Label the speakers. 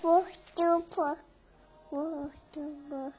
Speaker 1: super, super, super.